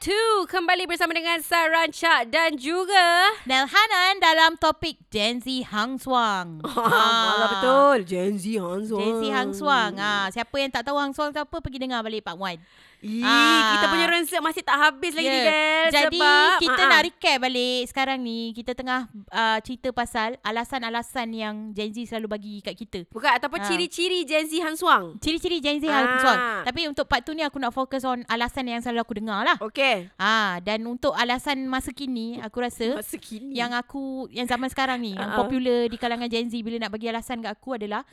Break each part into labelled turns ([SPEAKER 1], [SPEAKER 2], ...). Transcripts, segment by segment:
[SPEAKER 1] 2 kembali bersama dengan Saran Chak dan juga
[SPEAKER 2] Nel Hanan dalam topik Gen Z Hang Suang. Ah,
[SPEAKER 1] Malah betul Gen Z Hang Suang
[SPEAKER 2] Gen Z Hang Suang. Ha, siapa yang tak tahu Hang Suang tu apa pergi dengar balik part 1.
[SPEAKER 1] Ih,
[SPEAKER 2] Ah.
[SPEAKER 1] Kita punya ronsek masih tak habis lagi ni Bel
[SPEAKER 2] Ya. Jadi
[SPEAKER 1] sebab,
[SPEAKER 2] kita
[SPEAKER 1] Ah,
[SPEAKER 2] nak
[SPEAKER 1] ah.
[SPEAKER 2] recap balik sekarang ni kita tengah uh, cerita pasal alasan-alasan yang Gen Z selalu bagi kat kita.
[SPEAKER 1] Bukan ataupun
[SPEAKER 2] Ah.
[SPEAKER 1] ciri-ciri Gen Z Hang Suang
[SPEAKER 2] Ciri-ciri Gen Z
[SPEAKER 1] Ah.
[SPEAKER 2] Hang Suang. Tapi untuk part tu ni aku nak fokus on alasan yang selalu aku dengar lah.
[SPEAKER 1] Okay
[SPEAKER 2] Ah dan untuk alasan masa kini aku rasa
[SPEAKER 1] Masa kini
[SPEAKER 2] yang aku yang zaman sekarang ni yang
[SPEAKER 1] Ah.
[SPEAKER 2] popular di kalangan Gen Z bila nak bagi alasan kat aku adalah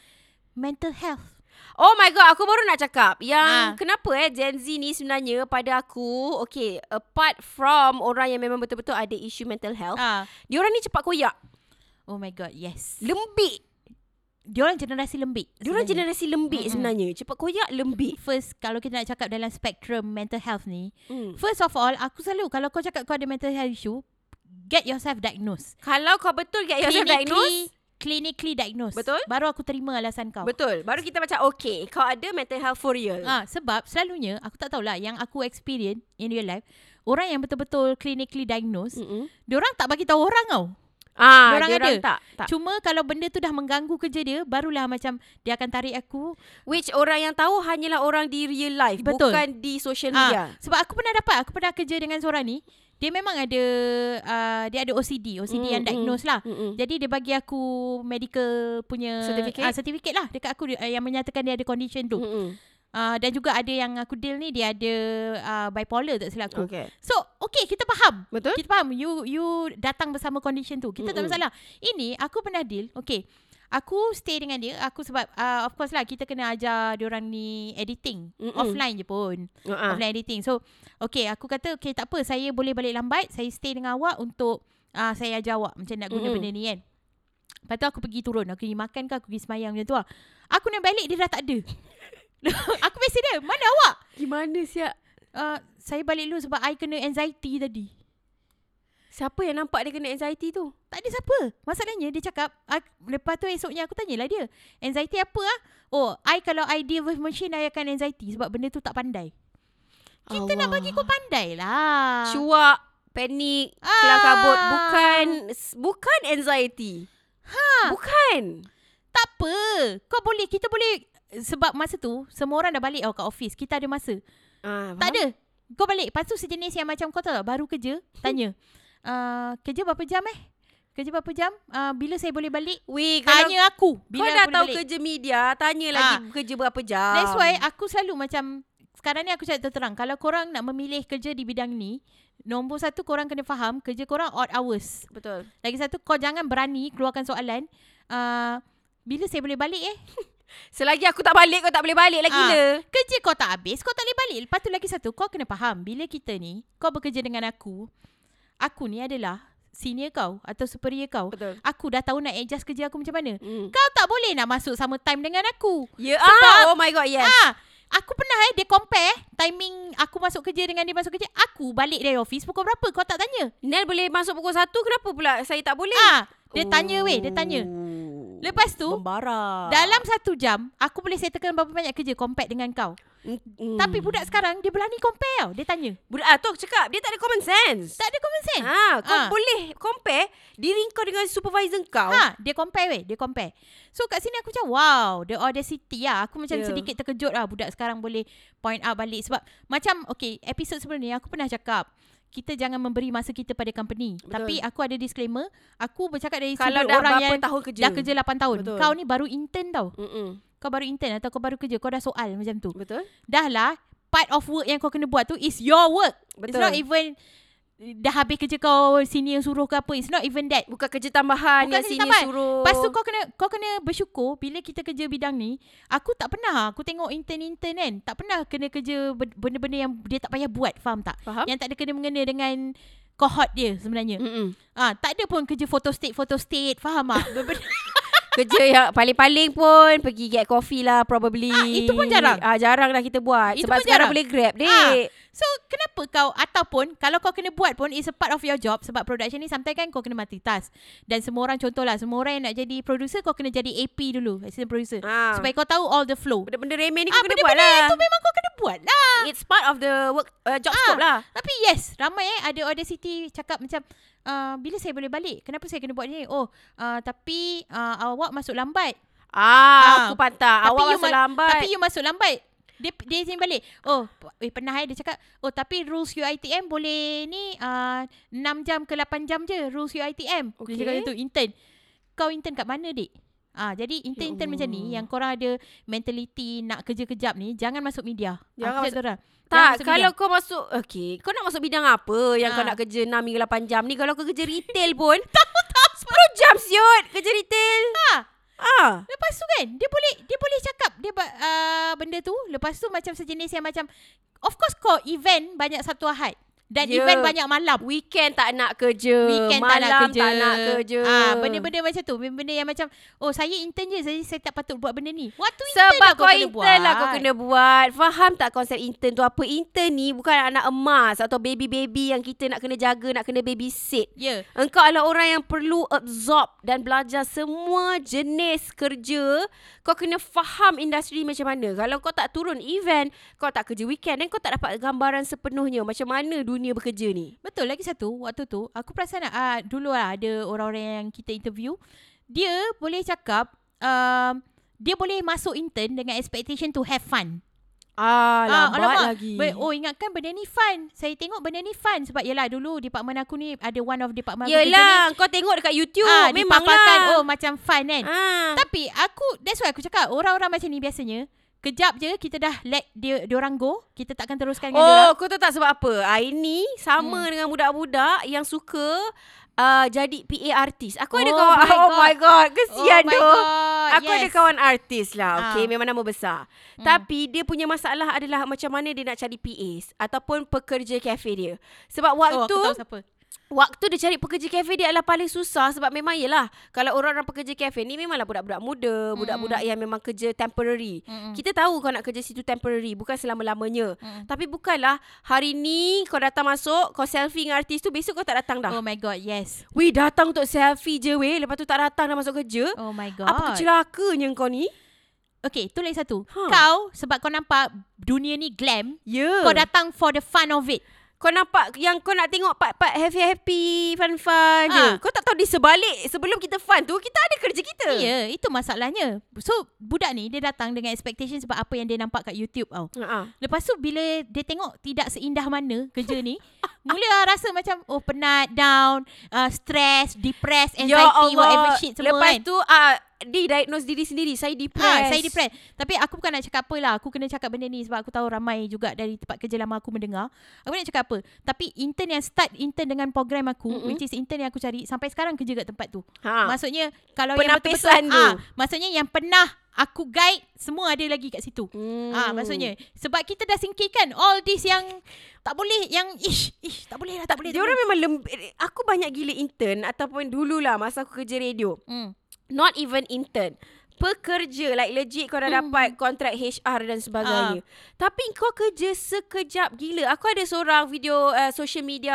[SPEAKER 2] mental health.
[SPEAKER 1] Oh my god, aku baru nak cakap yang
[SPEAKER 2] Ah.
[SPEAKER 1] kenapa eh Gen Z ni sebenarnya pada aku, okay, apart from orang yang memang betul-betul ada isu mental health,
[SPEAKER 2] Ah.
[SPEAKER 1] diorang ni cepat koyak,
[SPEAKER 2] Oh my god, yes.
[SPEAKER 1] lembik.
[SPEAKER 2] Diorang generasi lembik.
[SPEAKER 1] Diorang
[SPEAKER 2] sebenarnya.
[SPEAKER 1] generasi lembik
[SPEAKER 2] Mm-mm.
[SPEAKER 1] sebenarnya, cepat koyak, lembik.
[SPEAKER 2] First kalau kita nak cakap dalam spektrum mental health ni
[SPEAKER 1] Hmm.
[SPEAKER 2] First of all Aku selalu Kalau kau cakap kau ada mental health issue Get yourself diagnosed
[SPEAKER 1] Kalau kau betul get yourself diagnosed,
[SPEAKER 2] Clinically diagnosed
[SPEAKER 1] Betul.
[SPEAKER 2] Baru aku terima alasan kau
[SPEAKER 1] betul. Baru kita macam okay, kau ada mental health for real.
[SPEAKER 2] Ah, sebab selalunya aku tak tahulah yang aku experience in real life orang yang betul-betul clinically diagnosed mm.
[SPEAKER 1] Mm-mm.
[SPEAKER 2] diorang tak bagi tahu orang tau
[SPEAKER 1] Ah,
[SPEAKER 2] Diorang
[SPEAKER 1] diorang
[SPEAKER 2] ada.
[SPEAKER 1] tak, tak.
[SPEAKER 2] cuma kalau benda tu dah mengganggu kerja dia barulah macam dia akan tarik aku
[SPEAKER 1] Which orang yang tahu hanyalah orang di real life,
[SPEAKER 2] Betul.
[SPEAKER 1] bukan di social
[SPEAKER 2] Ah,
[SPEAKER 1] media.
[SPEAKER 2] sebab aku pernah dapat, aku pernah kerja dengan seorang ni, dia memang ada uh, dia ada OCD,
[SPEAKER 1] Mm,
[SPEAKER 2] OCD yang
[SPEAKER 1] mm,
[SPEAKER 2] diagnose lah.
[SPEAKER 1] Mm-mm.
[SPEAKER 2] Jadi dia bagi aku medical punya
[SPEAKER 1] Certificate?
[SPEAKER 2] ah, certificate lah dekat aku uh, yang menyatakan dia ada condition tu. Mm.
[SPEAKER 1] Mm-mm.
[SPEAKER 2] Uh, dan juga ada yang aku deal ni dia ada uh, bipolar tak silap aku.
[SPEAKER 1] Okay.
[SPEAKER 2] Okay. So, okay kita faham.
[SPEAKER 1] Betul?
[SPEAKER 2] Kita faham you you datang bersama condition tu. Kita mm tak
[SPEAKER 1] Mm-mm.
[SPEAKER 2] masalah. Ini aku pernah deal. Okay. Aku stay dengan dia. Aku sebab uh, of course lah kita kena ajar diorang ni editing
[SPEAKER 1] Mm-mm.
[SPEAKER 2] offline je pun
[SPEAKER 1] Ah.
[SPEAKER 2] offline editing. So, okay, aku kata okay tak apa, saya boleh balik lambat, saya stay dengan awak untuk uh, saya ajar awak macam nak guna
[SPEAKER 1] Mm-mm.
[SPEAKER 2] mm-hmm. benda ni kan. Lepas tu aku pergi turun, aku pergi makan ke, aku pergi semayang macam tu lah. Aku nak balik dia dah tak ada. aku mesej dia, mana awak?
[SPEAKER 1] Gimana siap?
[SPEAKER 2] Uh, saya balik dulu sebab I kena anxiety tadi.
[SPEAKER 1] Siapa yang nampak dia kena anxiety tu?
[SPEAKER 2] Tak ada siapa. Masalahnya dia cakap, ah, lepas tu esoknya aku tanyalah dia, anxiety apa ah? Oh, I kalau I deal with machine, I akan anxiety sebab benda tu tak pandai. Kita Allah. nak bagi kau pandai lah.
[SPEAKER 1] cuak, panik,
[SPEAKER 2] Ah.
[SPEAKER 1] kelam kabut bukan bukan anxiety. Ha. Bukan.
[SPEAKER 2] Tak apa. Kau boleh, kita boleh sebab masa tu semua orang dah balik oh, kat office. Kita ada masa.
[SPEAKER 1] Ah,
[SPEAKER 2] Tak ada. Kau balik. Lepas tu sejenis yang macam kau tahu tak, baru kerja, tanya. uh, kerja berapa jam eh? Kerja berapa jam? Uh, bila saya boleh balik?
[SPEAKER 1] Weh, kalau
[SPEAKER 2] Tanya aku
[SPEAKER 1] bila Ah. kau
[SPEAKER 2] bila aku
[SPEAKER 1] dah
[SPEAKER 2] boleh
[SPEAKER 1] tahu
[SPEAKER 2] balik.
[SPEAKER 1] kerja media, tanya lagi kerja berapa jam.
[SPEAKER 2] That's why aku selalu macam sekarang ni aku cakap terang kalau korang nak memilih kerja di bidang ni, nombor satu korang kena faham kerja korang odd hours.
[SPEAKER 1] Betul.
[SPEAKER 2] Lagi satu kau jangan berani keluarkan soalan uh, bila saya boleh balik eh?
[SPEAKER 1] Selagi aku tak balik kau tak boleh balik lagi
[SPEAKER 2] Ah.
[SPEAKER 1] gila.
[SPEAKER 2] Kerja kau tak habis Kau tak boleh balik Lepas tu lagi satu Kau kena faham Bila kita ni Kau bekerja dengan aku Aku ni adalah Senior kau Atau superior kau
[SPEAKER 1] Betul.
[SPEAKER 2] Aku dah tahu nak adjust kerja aku macam mana
[SPEAKER 1] Hmm.
[SPEAKER 2] Kau tak boleh nak masuk sama time dengan aku
[SPEAKER 1] Ya, ah,
[SPEAKER 2] Sebab-
[SPEAKER 1] oh my god, yes.
[SPEAKER 2] Ah, Aku pernah eh Dia compare eh, Timing aku masuk kerja Dengan dia masuk kerja Aku balik dari office Pukul berapa Kau tak tanya
[SPEAKER 1] Nel boleh masuk pukul 1 kenapa pula saya tak boleh?
[SPEAKER 2] ah, Dia tanya weh Dia tanya
[SPEAKER 1] Oh.
[SPEAKER 2] Lepas tu
[SPEAKER 1] Membara.
[SPEAKER 2] Dalam satu jam Aku boleh settlekan berapa banyak kerja Compare dengan kau
[SPEAKER 1] Mm-mm.
[SPEAKER 2] hmm. Tapi budak sekarang Dia berani compare tau Dia tanya
[SPEAKER 1] budak ah, tu aku cakap dia tak ada common sense.
[SPEAKER 2] Tak ada common sense
[SPEAKER 1] Ha, kau
[SPEAKER 2] Ah.
[SPEAKER 1] boleh compare diri kau dengan supervisor kau.
[SPEAKER 2] Ha, dia compare weh, dia compare. So kat sini aku macam wow, the audacity lah. Aku macam
[SPEAKER 1] Ya.
[SPEAKER 2] yeah. sedikit terkejut lah budak sekarang boleh point out balik sebab macam okay, episod sebelum ni aku pernah cakap kita jangan memberi masa kita pada company.
[SPEAKER 1] Betul.
[SPEAKER 2] Betul. Tapi aku ada disclaimer, aku bercakap dari
[SPEAKER 1] Kalau
[SPEAKER 2] sudut
[SPEAKER 1] dah
[SPEAKER 2] orang
[SPEAKER 1] berapa
[SPEAKER 2] yang
[SPEAKER 1] tahun kerja.
[SPEAKER 2] dah kerja 8 tahun.
[SPEAKER 1] Betul.
[SPEAKER 2] Betul. Kau ni baru intern tau.
[SPEAKER 1] Mm-mm.
[SPEAKER 2] Kau baru intern atau kau baru kerja, kau dah soal macam tu.
[SPEAKER 1] Betul?
[SPEAKER 2] Dah lah, part of work yang kau kena buat tu is your work. Betul. It's
[SPEAKER 1] Betul.
[SPEAKER 2] not even dah habis kerja kau senior suruh ke apa. It's not even that.
[SPEAKER 1] Bukan kerja tambahan
[SPEAKER 2] Bukan
[SPEAKER 1] yang
[SPEAKER 2] kerja
[SPEAKER 1] senior
[SPEAKER 2] tambahan.
[SPEAKER 1] suruh.
[SPEAKER 2] Lepas tu kau kena kau kena bersyukur bila kita kerja bidang ni, aku tak pernah aku tengok intern-intern kan, tak pernah kena kerja ben- benda-benda yang dia tak payah buat, faham tak?
[SPEAKER 1] faham? Mm.
[SPEAKER 2] Yang tak ada kena mengena dengan cohort dia sebenarnya.
[SPEAKER 1] Mm-mm.
[SPEAKER 2] Ah, tak ada pun kerja photo state photo state, faham tak? Benda-
[SPEAKER 1] kerja yang paling-paling pun pergi get coffee lah probably.
[SPEAKER 2] Ah, itu pun jarang.
[SPEAKER 1] Ah, jarang lah kita buat.
[SPEAKER 2] Itu
[SPEAKER 1] Sebab
[SPEAKER 2] pun
[SPEAKER 1] sekarang
[SPEAKER 2] jarang.
[SPEAKER 1] boleh grab, dek.
[SPEAKER 2] Ah. so kenapa kenapa kau ataupun kalau kau kena buat pun it's a part of your job sebab production ni sometimes kan kau kena multitask. Dan semua orang contohlah semua orang yang nak jadi producer kau kena jadi AP dulu, assistant producer.
[SPEAKER 1] Ah.
[SPEAKER 2] Supaya kau tahu all the flow.
[SPEAKER 1] Benda-benda remeh ni
[SPEAKER 2] Ah,
[SPEAKER 1] kau kena buat lah.
[SPEAKER 2] benda-benda tu memang kau kena buat lah.
[SPEAKER 1] It's part of the work uh, job
[SPEAKER 2] Ah.
[SPEAKER 1] scope lah.
[SPEAKER 2] Tapi yes, ramai eh ada audacity cakap macam uh, bila saya boleh balik? Kenapa saya kena buat ni? Oh, uh, tapi uh, awak masuk lambat.
[SPEAKER 1] Ah, aku
[SPEAKER 2] Ah.
[SPEAKER 1] pantah.
[SPEAKER 2] Tapi
[SPEAKER 1] Awak
[SPEAKER 2] you
[SPEAKER 1] masuk
[SPEAKER 2] ma-
[SPEAKER 1] lambat.
[SPEAKER 2] Tapi you masuk lambat. Dia dia sini balik. Oh, eh pernah eh dia cakap, "Oh, tapi rules UiTM boleh ni uh, 6 jam ke 8 jam je rules UiTM." Okay.
[SPEAKER 1] Okey.
[SPEAKER 2] Dia cakap gitu intern. Kau intern kat mana, Dik? Ah, jadi intern-intern
[SPEAKER 1] Ya Allah.
[SPEAKER 2] macam ni yang korang ada mentality nak kerja kejap ni, jangan masuk media.
[SPEAKER 1] Jangan
[SPEAKER 2] masuk, jangan
[SPEAKER 1] tak,
[SPEAKER 2] masuk
[SPEAKER 1] kalau
[SPEAKER 2] media.
[SPEAKER 1] kau masuk... Okay, kau nak masuk bidang apa yang kau
[SPEAKER 2] Ah.
[SPEAKER 1] nak kerja 6 hingga 8 jam ni? Kalau kau kerja retail pun... Tahu, tahu. 10 jam siut kerja retail.
[SPEAKER 2] Ah,
[SPEAKER 1] Ah.
[SPEAKER 2] Lepas tu kan dia boleh dia boleh cakap dia ba- uh, benda tu lepas tu macam sejenis yang macam of course kau event banyak satu Ahad dan
[SPEAKER 1] Ya.
[SPEAKER 2] yeah. event banyak malam.
[SPEAKER 1] Weekend tak nak kerja.
[SPEAKER 2] Weekend
[SPEAKER 1] Malam
[SPEAKER 2] tak nak kerja.
[SPEAKER 1] tak nak kerja.
[SPEAKER 2] Ah, benda-benda macam tu. Benda-benda yang macam oh saya intern je saya, saya tak patut buat benda ni. Waktu intern
[SPEAKER 1] Sebab
[SPEAKER 2] lah
[SPEAKER 1] kau,
[SPEAKER 2] kau kena buat.
[SPEAKER 1] intern lah kau kena buat. Faham tak konsep intern tu apa? Intern ni bukan anak emas atau baby-baby yang kita nak kena jaga, nak kena babysit.
[SPEAKER 2] Ya. Yeah.
[SPEAKER 1] Engkau adalah orang yang perlu absorb dan belajar semua jenis kerja. Kau kena faham industri macam mana. Kalau kau tak turun event, kau tak kerja weekend dan kau tak dapat gambaran sepenuhnya macam mana dunia bekerja ni.
[SPEAKER 2] Betul lagi satu waktu tu aku perasan ah dulu lah ada orang-orang yang kita interview dia boleh cakap um, dia boleh masuk intern dengan expectation to have fun.
[SPEAKER 1] Ah,
[SPEAKER 2] Ah,
[SPEAKER 1] lambat
[SPEAKER 2] alamak.
[SPEAKER 1] lagi.
[SPEAKER 2] But, oh ingatkan benda ni fun. Saya tengok benda ni fun sebab yelah dulu department aku ni ada one of department aku kerja
[SPEAKER 1] Yelah, kau tengok dekat
[SPEAKER 2] ni.
[SPEAKER 1] YouTube.
[SPEAKER 2] Ah, dipaparkan,
[SPEAKER 1] memanglah.
[SPEAKER 2] oh macam fun kan.
[SPEAKER 1] Ah.
[SPEAKER 2] Tapi aku that's why aku cakap orang-orang macam ni biasanya kejap je kita dah let dia orang go, kita takkan teruskan dengan dia.
[SPEAKER 1] Oh, kau tahu tak sebab apa? Ah, ini sama hmm. dengan budak-budak yang suka uh, jadi PA artis. Aku ada
[SPEAKER 2] Oh
[SPEAKER 1] kawan.
[SPEAKER 2] my
[SPEAKER 1] oh
[SPEAKER 2] God.
[SPEAKER 1] my god, kesian
[SPEAKER 2] oh my
[SPEAKER 1] doh.
[SPEAKER 2] god.
[SPEAKER 1] Aku yes. ada kawan artis
[SPEAKER 2] Ah.
[SPEAKER 1] lah. Okay, memang nama besar. Hmm. Tapi dia punya masalah adalah macam mana dia nak cari PAs ataupun pekerja kafe dia. Sebab
[SPEAKER 2] oh,
[SPEAKER 1] waktu
[SPEAKER 2] aku tahu siapa.
[SPEAKER 1] Waktu dia cari pekerja kafe dia adalah paling susah sebab memang yelah kalau orang-orang pekerja kafe ni memanglah budak-budak muda, budak-budak yang memang kerja temporary.
[SPEAKER 2] Mm-mm.
[SPEAKER 1] Kita tahu kau nak kerja situ temporary bukan selama-lamanya.
[SPEAKER 2] Mm-mm.
[SPEAKER 1] Tapi bukanlah hari ni kau datang masuk, kau selfie dengan artis tu besok kau tak datang dah.
[SPEAKER 2] Oh my god, yes.
[SPEAKER 1] Weh datang untuk selfie je weh, lepas tu tak datang dah masuk kerja.
[SPEAKER 2] Oh my god.
[SPEAKER 1] Apa kecelakanya kau ni?
[SPEAKER 2] Okay, tu lagi satu.
[SPEAKER 1] Huh.
[SPEAKER 2] Kau sebab kau nampak dunia ni glam,
[SPEAKER 1] Ya. Yeah.
[SPEAKER 2] kau datang for the fun of it.
[SPEAKER 1] Kau nampak yang kau nak tengok part-part happy-happy, fun-fun je.
[SPEAKER 2] Ah.
[SPEAKER 1] Kau tak tahu di sebalik sebelum kita fun tu, kita ada kerja kita.
[SPEAKER 2] Ya, yeah, itu masalahnya. So, budak ni dia datang dengan expectation sebab apa yang dia nampak kat YouTube tau.
[SPEAKER 1] Ha-ha.
[SPEAKER 2] Lepas tu bila dia tengok tidak seindah mana kerja ni, mula lah rasa macam oh penat, down, uh, stress, depressed, anxiety, whatever shit
[SPEAKER 1] Ya
[SPEAKER 2] semua
[SPEAKER 1] Lepas
[SPEAKER 2] kan.
[SPEAKER 1] tu uh, Dia diagnose diri sendiri Saya depressed
[SPEAKER 2] Ha, saya depressed. Tapi aku bukan nak cakap apa lah. Aku kena cakap benda ni sebab aku tahu ramai juga dari tempat kerja lama aku mendengar. Aku nak cakap apa. Tapi intern yang start intern dengan program aku,
[SPEAKER 1] Mm-mm.
[SPEAKER 2] mm-hmm. which is intern yang aku cari, sampai sekarang kerja kat tempat tu.
[SPEAKER 1] ha.
[SPEAKER 2] Maksudnya kalau
[SPEAKER 1] Penapisan tu.
[SPEAKER 2] yang betul-betul ah, maksudnya yang pernah aku guide semua ada lagi kat situ.
[SPEAKER 1] hmm.
[SPEAKER 2] Ah maksudnya sebab kita dah singkirkan all this yang tak boleh yang ish ish tak boleh lah tak,
[SPEAKER 1] tak,
[SPEAKER 2] boleh.
[SPEAKER 1] Dia orang memang lem- Aku banyak gila intern Ataupun dululah Masa aku kerja radio
[SPEAKER 2] hmm.
[SPEAKER 1] Not even intern Pekerja Like legit kau dah
[SPEAKER 2] Hmm.
[SPEAKER 1] dapat
[SPEAKER 2] Ah.
[SPEAKER 1] Kontrak HR dan sebagainya Tapi kau kerja sekejap gila Aku ada seorang video uh, Social media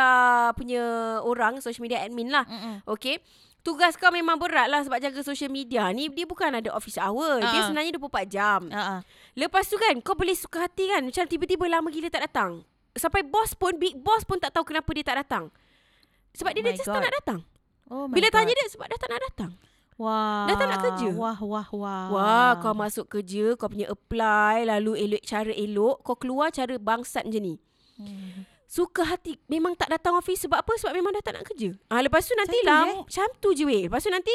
[SPEAKER 1] Punya orang Social media admin lah
[SPEAKER 2] Mm-mm.
[SPEAKER 1] Okay Tugas kau memang berat lah Sebab jaga social media ni Dia bukan ada office hour Dia
[SPEAKER 2] Ah.
[SPEAKER 1] sebenarnya 24 jam
[SPEAKER 2] Ah, ah.
[SPEAKER 1] Lepas tu kan kau boleh suka hati kan Macam tiba-tiba lama gila tak datang Sampai bos pun Big boss pun tak tahu kenapa dia tak datang Sebab
[SPEAKER 2] Oh
[SPEAKER 1] dia, dia
[SPEAKER 2] my
[SPEAKER 1] just
[SPEAKER 2] God.
[SPEAKER 1] tak nak datang
[SPEAKER 2] Oh my
[SPEAKER 1] Bila
[SPEAKER 2] God.
[SPEAKER 1] tanya dia sebab dah tak nak datang
[SPEAKER 2] wah.
[SPEAKER 1] dah tak nak kerja.
[SPEAKER 2] Wah wah wah.
[SPEAKER 1] Wah kau masuk kerja Kau punya apply Lalu elok cara elok Kau keluar cara bangsat macam ni
[SPEAKER 2] Hmm.
[SPEAKER 1] Suka hati Memang tak datang office Sebab apa? Sebab memang dah tak nak kerja ah, Lepas tu nanti
[SPEAKER 2] Macam tu,
[SPEAKER 1] lah
[SPEAKER 2] eh?
[SPEAKER 1] Macam tu je weh Lepas tu nanti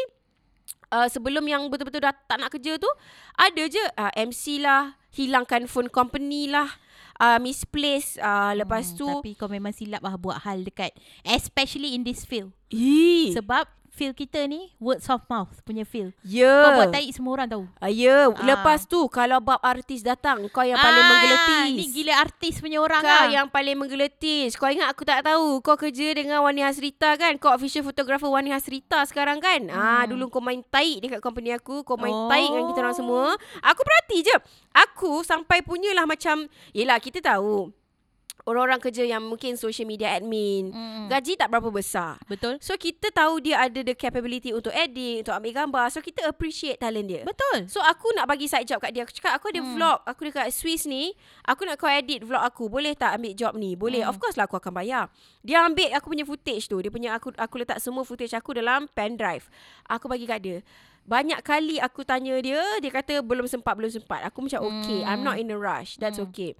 [SPEAKER 1] uh, Sebelum yang betul-betul dah tak nak kerja tu Ada je uh, MC lah Hilangkan phone company lah uh, Misplace uh, Lepas
[SPEAKER 2] Hmm,
[SPEAKER 1] tu
[SPEAKER 2] tapi kau memang silap lah buat hal dekat especially in this field.
[SPEAKER 1] Ih,
[SPEAKER 2] Sebab field kita ni words of mouth punya field.
[SPEAKER 1] ya.
[SPEAKER 2] Kau buat tahi semua orang tahu.
[SPEAKER 1] Ah, ya,
[SPEAKER 2] Ah.
[SPEAKER 1] lepas tu kalau bab artis datang, kau yang paling menggeletis.
[SPEAKER 2] Ni gila artis punya orang
[SPEAKER 1] Kau
[SPEAKER 2] lah.
[SPEAKER 1] yang paling menggeletis. Kau ingat aku tak tahu. Kau kerja dengan Wani Hasrita kan? Kau official photographer Wani Hasrita sekarang kan? Ah, dulu kau main taik dekat company aku. Kau main
[SPEAKER 2] Oh.
[SPEAKER 1] taik dengan kita orang semua. Aku perhati je. Aku sampai punyalah macam, yelah kita tahu. orang-orang kerja yang mungkin social media admin.
[SPEAKER 2] Mm.
[SPEAKER 1] Gaji tak berapa besar.
[SPEAKER 2] Betul?
[SPEAKER 1] So kita tahu dia ada the capability untuk edit, untuk ambil gambar. So kita appreciate talent dia.
[SPEAKER 2] Betul.
[SPEAKER 1] So aku nak bagi side job kat dia Aku cakap aku ada hmm. vlog Aku dekat Swiss ni Aku nak kau edit vlog aku Boleh tak ambil job ni Boleh hmm. Of course lah aku akan bayar Dia ambil aku punya footage tu Dia punya aku Aku letak semua footage aku Dalam pen drive Aku bagi kat dia banyak kali aku tanya dia Dia kata belum sempat Belum sempat Aku macam okay I'm
[SPEAKER 2] Hmm.
[SPEAKER 1] not in a rush That's okay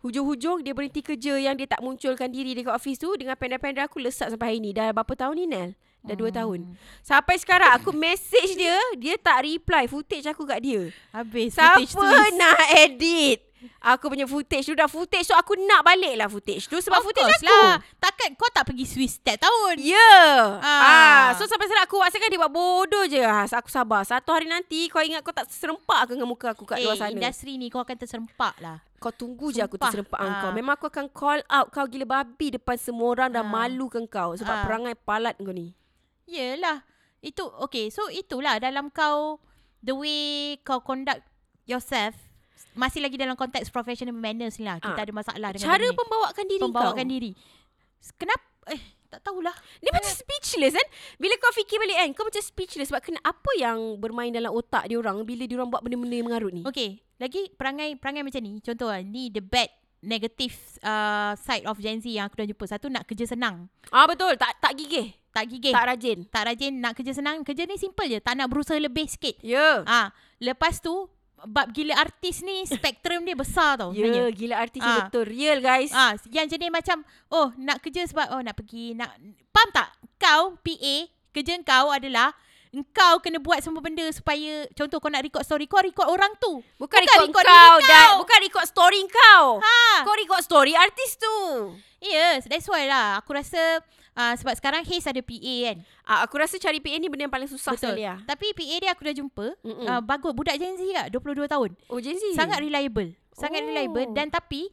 [SPEAKER 1] Hujung-hujung dia berhenti kerja Yang dia tak munculkan diri Dekat office tu Dengan pendek-pendek aku Lesat sampai hari ni Dah berapa tahun ni Nel? Dah
[SPEAKER 2] Hmm.
[SPEAKER 1] dua tahun Sampai sekarang Aku message dia Dia tak reply Footage aku kat dia
[SPEAKER 2] Habis footage
[SPEAKER 1] Siapa
[SPEAKER 2] Swiss.
[SPEAKER 1] nak edit Aku punya footage tu Dah footage tu Aku nak balik lah footage tu Sebab
[SPEAKER 2] Of
[SPEAKER 1] footage
[SPEAKER 2] course
[SPEAKER 1] aku
[SPEAKER 2] lah. Takkan kau tak pergi Swiss setiap tahun?
[SPEAKER 1] Ya yeah.
[SPEAKER 2] Ah.
[SPEAKER 1] ah. So sampai sekarang aku WhatsApp kan Dia buat bodoh je ah, Aku sabar Satu hari nanti Kau ingat kau tak serempak ke Dengan muka aku kat
[SPEAKER 2] eh,
[SPEAKER 1] luar sana
[SPEAKER 2] industri ni kau akan terserempak lah.
[SPEAKER 1] Kau tunggu je aku
[SPEAKER 2] Sumpah.
[SPEAKER 1] terserempak ha.
[SPEAKER 2] Ah.
[SPEAKER 1] kau Memang aku akan call out kau gila babi Depan semua orang Dan
[SPEAKER 2] Ah.
[SPEAKER 1] malu ke kau Sebab
[SPEAKER 2] Ah.
[SPEAKER 1] perangai palat kau ni
[SPEAKER 2] Yelah. Itu, okay. So, itulah dalam kau, the way kau conduct yourself, masih lagi dalam konteks professional manners ni lah. Kita
[SPEAKER 1] Ah.
[SPEAKER 2] ada masalah dengan
[SPEAKER 1] Cara
[SPEAKER 2] benda ni.
[SPEAKER 1] pembawakan diri
[SPEAKER 2] pembawakan
[SPEAKER 1] kau
[SPEAKER 2] diri. Kenapa? Eh, tak tahulah.
[SPEAKER 1] Dia macam speechless kan Bila kau fikir balik kan Kau macam speechless Sebab kena apa yang Bermain dalam otak diorang Bila diorang buat benda-benda yang mengarut ni
[SPEAKER 2] Okay, lagi perangai perangai macam ni. Contoh lah, ni the bad negative uh, side of Gen Z yang aku dah jumpa. Satu nak kerja senang,
[SPEAKER 1] Ah betul tak tak gigih,
[SPEAKER 2] tak gigih, tak,
[SPEAKER 1] tak rajin.
[SPEAKER 2] tak rajin nak kerja senang. Kerja ni simple je, tak nak berusaha lebih sikit.
[SPEAKER 1] Ya.
[SPEAKER 2] Ah, lepas tu bab gila artis ni spektrum dia besar tau
[SPEAKER 1] Ya,
[SPEAKER 2] sebenarnya.
[SPEAKER 1] gila artis
[SPEAKER 2] Ah.
[SPEAKER 1] ah. betul real guys. Ah.
[SPEAKER 2] Ah, yang jenis macam oh nak kerja sebab oh nak pergi nak faham tak? Kau PA kerja kau adalah engkau kena buat semua benda supaya contoh kau nak record story kau record orang tu.
[SPEAKER 1] Bukan,
[SPEAKER 2] Bukan
[SPEAKER 1] record,
[SPEAKER 2] record
[SPEAKER 1] kau,
[SPEAKER 2] diri
[SPEAKER 1] dan
[SPEAKER 2] kau.
[SPEAKER 1] bukan record story kau. Ha.
[SPEAKER 2] Ha.
[SPEAKER 1] Kau record story artis tu.
[SPEAKER 2] Yes, that's why lah. Aku rasa uh, sebab sekarang Haze ada PA kan.
[SPEAKER 1] Ah, aku rasa cari PA ni benda yang paling susah sekali ah.
[SPEAKER 2] Tapi PA dia aku dah jumpa.
[SPEAKER 1] Mm-mm.
[SPEAKER 2] Uh, bagus. Budak Gen Z kak, 22 tahun.
[SPEAKER 1] Oh, Gen Z.
[SPEAKER 2] Sangat reliable. Sangat
[SPEAKER 1] Oh.
[SPEAKER 2] reliable. Dan tapi,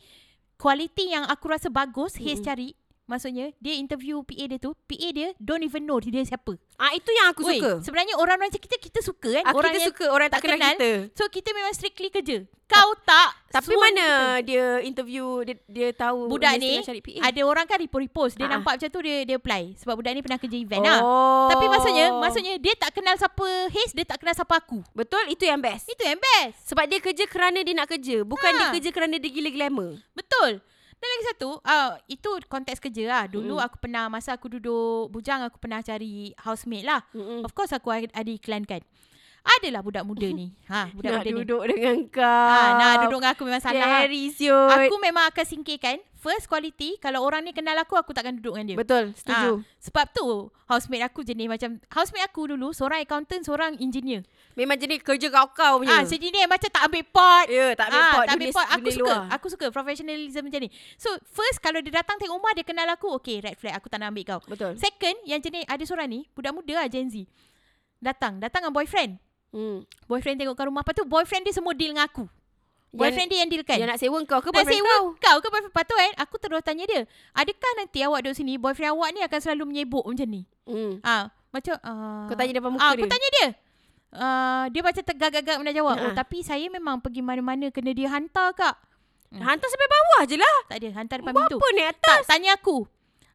[SPEAKER 2] kualiti yang aku rasa bagus Haze cari. Maksudnya, dia interview PA dia tu. PA dia don't even know dia siapa.
[SPEAKER 1] Ah, itu yang aku
[SPEAKER 2] Weh,
[SPEAKER 1] suka.
[SPEAKER 2] Sebenarnya orang-orang macam kita, kita suka kan.
[SPEAKER 1] Aku
[SPEAKER 2] orang
[SPEAKER 1] kita
[SPEAKER 2] yang
[SPEAKER 1] suka orang yang tak, kenal, kita.
[SPEAKER 2] So, kita memang strictly kerja. Kau tak.
[SPEAKER 1] Tapi
[SPEAKER 2] suruh
[SPEAKER 1] mana
[SPEAKER 2] kita.
[SPEAKER 1] dia interview dia, dia tahu dia
[SPEAKER 2] budak ni
[SPEAKER 1] tengah cari PA.
[SPEAKER 2] ada orang kan repost-repost dia
[SPEAKER 1] Ah.
[SPEAKER 2] nampak macam tu dia dia apply sebab budak ni pernah kerja event lah
[SPEAKER 1] Oh.
[SPEAKER 2] tapi maksudnya maksudnya dia tak kenal siapa Haze dia tak kenal siapa aku
[SPEAKER 1] betul itu yang best.
[SPEAKER 2] itu yang best
[SPEAKER 1] Sebab dia kerja kerana dia nak kerja, bukan
[SPEAKER 2] Ha.
[SPEAKER 1] dia kerja kerana dia gila glamour.
[SPEAKER 2] betul dan lagi satu uh, itu konteks kerja lah dulu aku pernah masa aku duduk bujang aku pernah cari housemate lah
[SPEAKER 1] Mm-mm.
[SPEAKER 2] of course aku ada, ada iklankan adalah budak muda ni ha
[SPEAKER 1] Nak
[SPEAKER 2] budak muda
[SPEAKER 1] duduk dengan kau. Ah,
[SPEAKER 2] ni ha nah duduk dengan aku memang salah lah.
[SPEAKER 1] Scary siut.
[SPEAKER 2] Aku memang akan singkirkan First quality Kalau orang ni kenal aku Aku takkan duduk dengan dia
[SPEAKER 1] Betul, setuju.
[SPEAKER 2] Ah, sebab tu housemate aku jenis macam housemate aku dulu seorang accountant, seorang engineer.
[SPEAKER 1] Memang jenis kerja kau-kau punya.
[SPEAKER 2] Ah, engineer macam tak ambil pot.
[SPEAKER 1] ya, tak ambil
[SPEAKER 2] Ah,
[SPEAKER 1] pot.
[SPEAKER 2] tak
[SPEAKER 1] Dia
[SPEAKER 2] ambil
[SPEAKER 1] boleh-
[SPEAKER 2] pot. Aku
[SPEAKER 1] boleh
[SPEAKER 2] suka.
[SPEAKER 1] luar.
[SPEAKER 2] Aku suka professionalism macam ni. So, first kalau dia datang tengok rumah dia kenal aku, okay red flag aku tak nak ambil kau.
[SPEAKER 1] Betul.
[SPEAKER 2] Second, yang jenis ada seorang ni, budak muda lah Gen Z. Datang, datang dengan boyfriend.
[SPEAKER 1] Hmm.
[SPEAKER 2] Boyfriend tengokkan rumah. Lepas tu boyfriend dia semua deal dengan aku. Boyfriend dia yang dealkan.
[SPEAKER 1] yang, yang Kan? nak sewa kau ke
[SPEAKER 2] Dah
[SPEAKER 1] boyfriend
[SPEAKER 2] sewa
[SPEAKER 1] kau?
[SPEAKER 2] kau ke boyfriend Lepas tu kan Aku terus tanya dia Adakah nanti awak duduk sini Boyfriend awak ni akan selalu menyebuk macam ni
[SPEAKER 1] Hmm.
[SPEAKER 2] Ah, macam uh,
[SPEAKER 1] Kau tanya depan muka
[SPEAKER 2] ah,
[SPEAKER 1] dia?
[SPEAKER 2] Aku tanya dia. Uh, dia macam tergagap-gagap nak jawab. Oh,
[SPEAKER 1] Ah.
[SPEAKER 2] tapi saya memang pergi mana-mana kena dia hantar kak. Hmm.
[SPEAKER 1] Hantar sampai bawah je lah.
[SPEAKER 2] Tak ada, hantar depan
[SPEAKER 1] Buat
[SPEAKER 2] pintu.
[SPEAKER 1] apa ni atas?
[SPEAKER 2] Tak, tanya aku.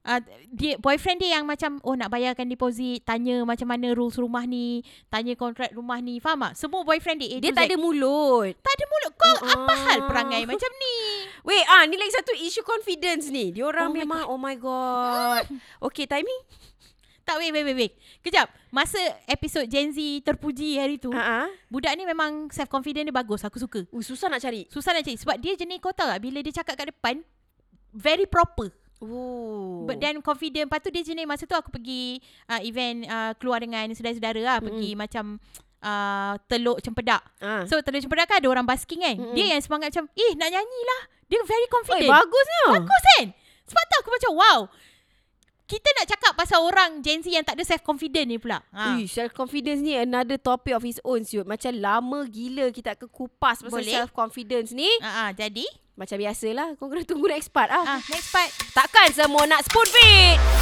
[SPEAKER 2] Uh, dia boyfriend dia yang macam oh nak bayarkan deposit, tanya macam mana rules rumah ni, tanya kontrak rumah ni. Faham tak? Semua boyfriend dia. A
[SPEAKER 1] Dia
[SPEAKER 2] to
[SPEAKER 1] tak
[SPEAKER 2] Z.
[SPEAKER 1] ada mulut.
[SPEAKER 2] tak ada mulut. Kau
[SPEAKER 1] Oh,
[SPEAKER 2] apa hal
[SPEAKER 1] ah.
[SPEAKER 2] perangai macam ni?
[SPEAKER 1] Wait, ah ni lagi satu isu confidence ni.
[SPEAKER 2] Oh
[SPEAKER 1] Diorang
[SPEAKER 2] my
[SPEAKER 1] memang oh my god. Okay, timing.
[SPEAKER 2] Tak wait wait wait wait. Kejap. Masa episod Gen Z terpuji hari tu,
[SPEAKER 1] Ha ah.
[SPEAKER 2] budak ni memang self confident dia bagus. Aku suka.
[SPEAKER 1] Uh, susah nak cari.
[SPEAKER 2] Susah nak cari Sebab dia jenis kau tahu tak Bila dia cakap kat depan Very proper
[SPEAKER 1] Oh.
[SPEAKER 2] But then confident Lepas tu dia jenis Masa tu aku pergi uh, Event uh, Keluar dengan saudara-saudara lah mm-hmm. Pergi macam uh, Teluk Cempedak
[SPEAKER 1] ah.
[SPEAKER 2] So teluk Cempedak kan Ada orang basking kan
[SPEAKER 1] Mm-mm.
[SPEAKER 2] mm-hmm. Dia yang semangat macam Eh nak nyanyi lah Dia very
[SPEAKER 1] Oi,
[SPEAKER 2] confident
[SPEAKER 1] bagusnya.
[SPEAKER 2] Bagus kan Sebab tu aku macam Wow Kita nak cakap pasal orang Gen Z yang tak ada self confident ni pula ha.
[SPEAKER 1] Ui, self confidence ni another topic of his own siut. Macam lama gila kita akan kupas pasal
[SPEAKER 2] Boleh.
[SPEAKER 1] self confidence ni.
[SPEAKER 2] Ah, ah, jadi
[SPEAKER 1] Macam biasalah, kau kena tunggu next part ah.
[SPEAKER 2] ah, Next part
[SPEAKER 1] Takkan semua nak spoon feed.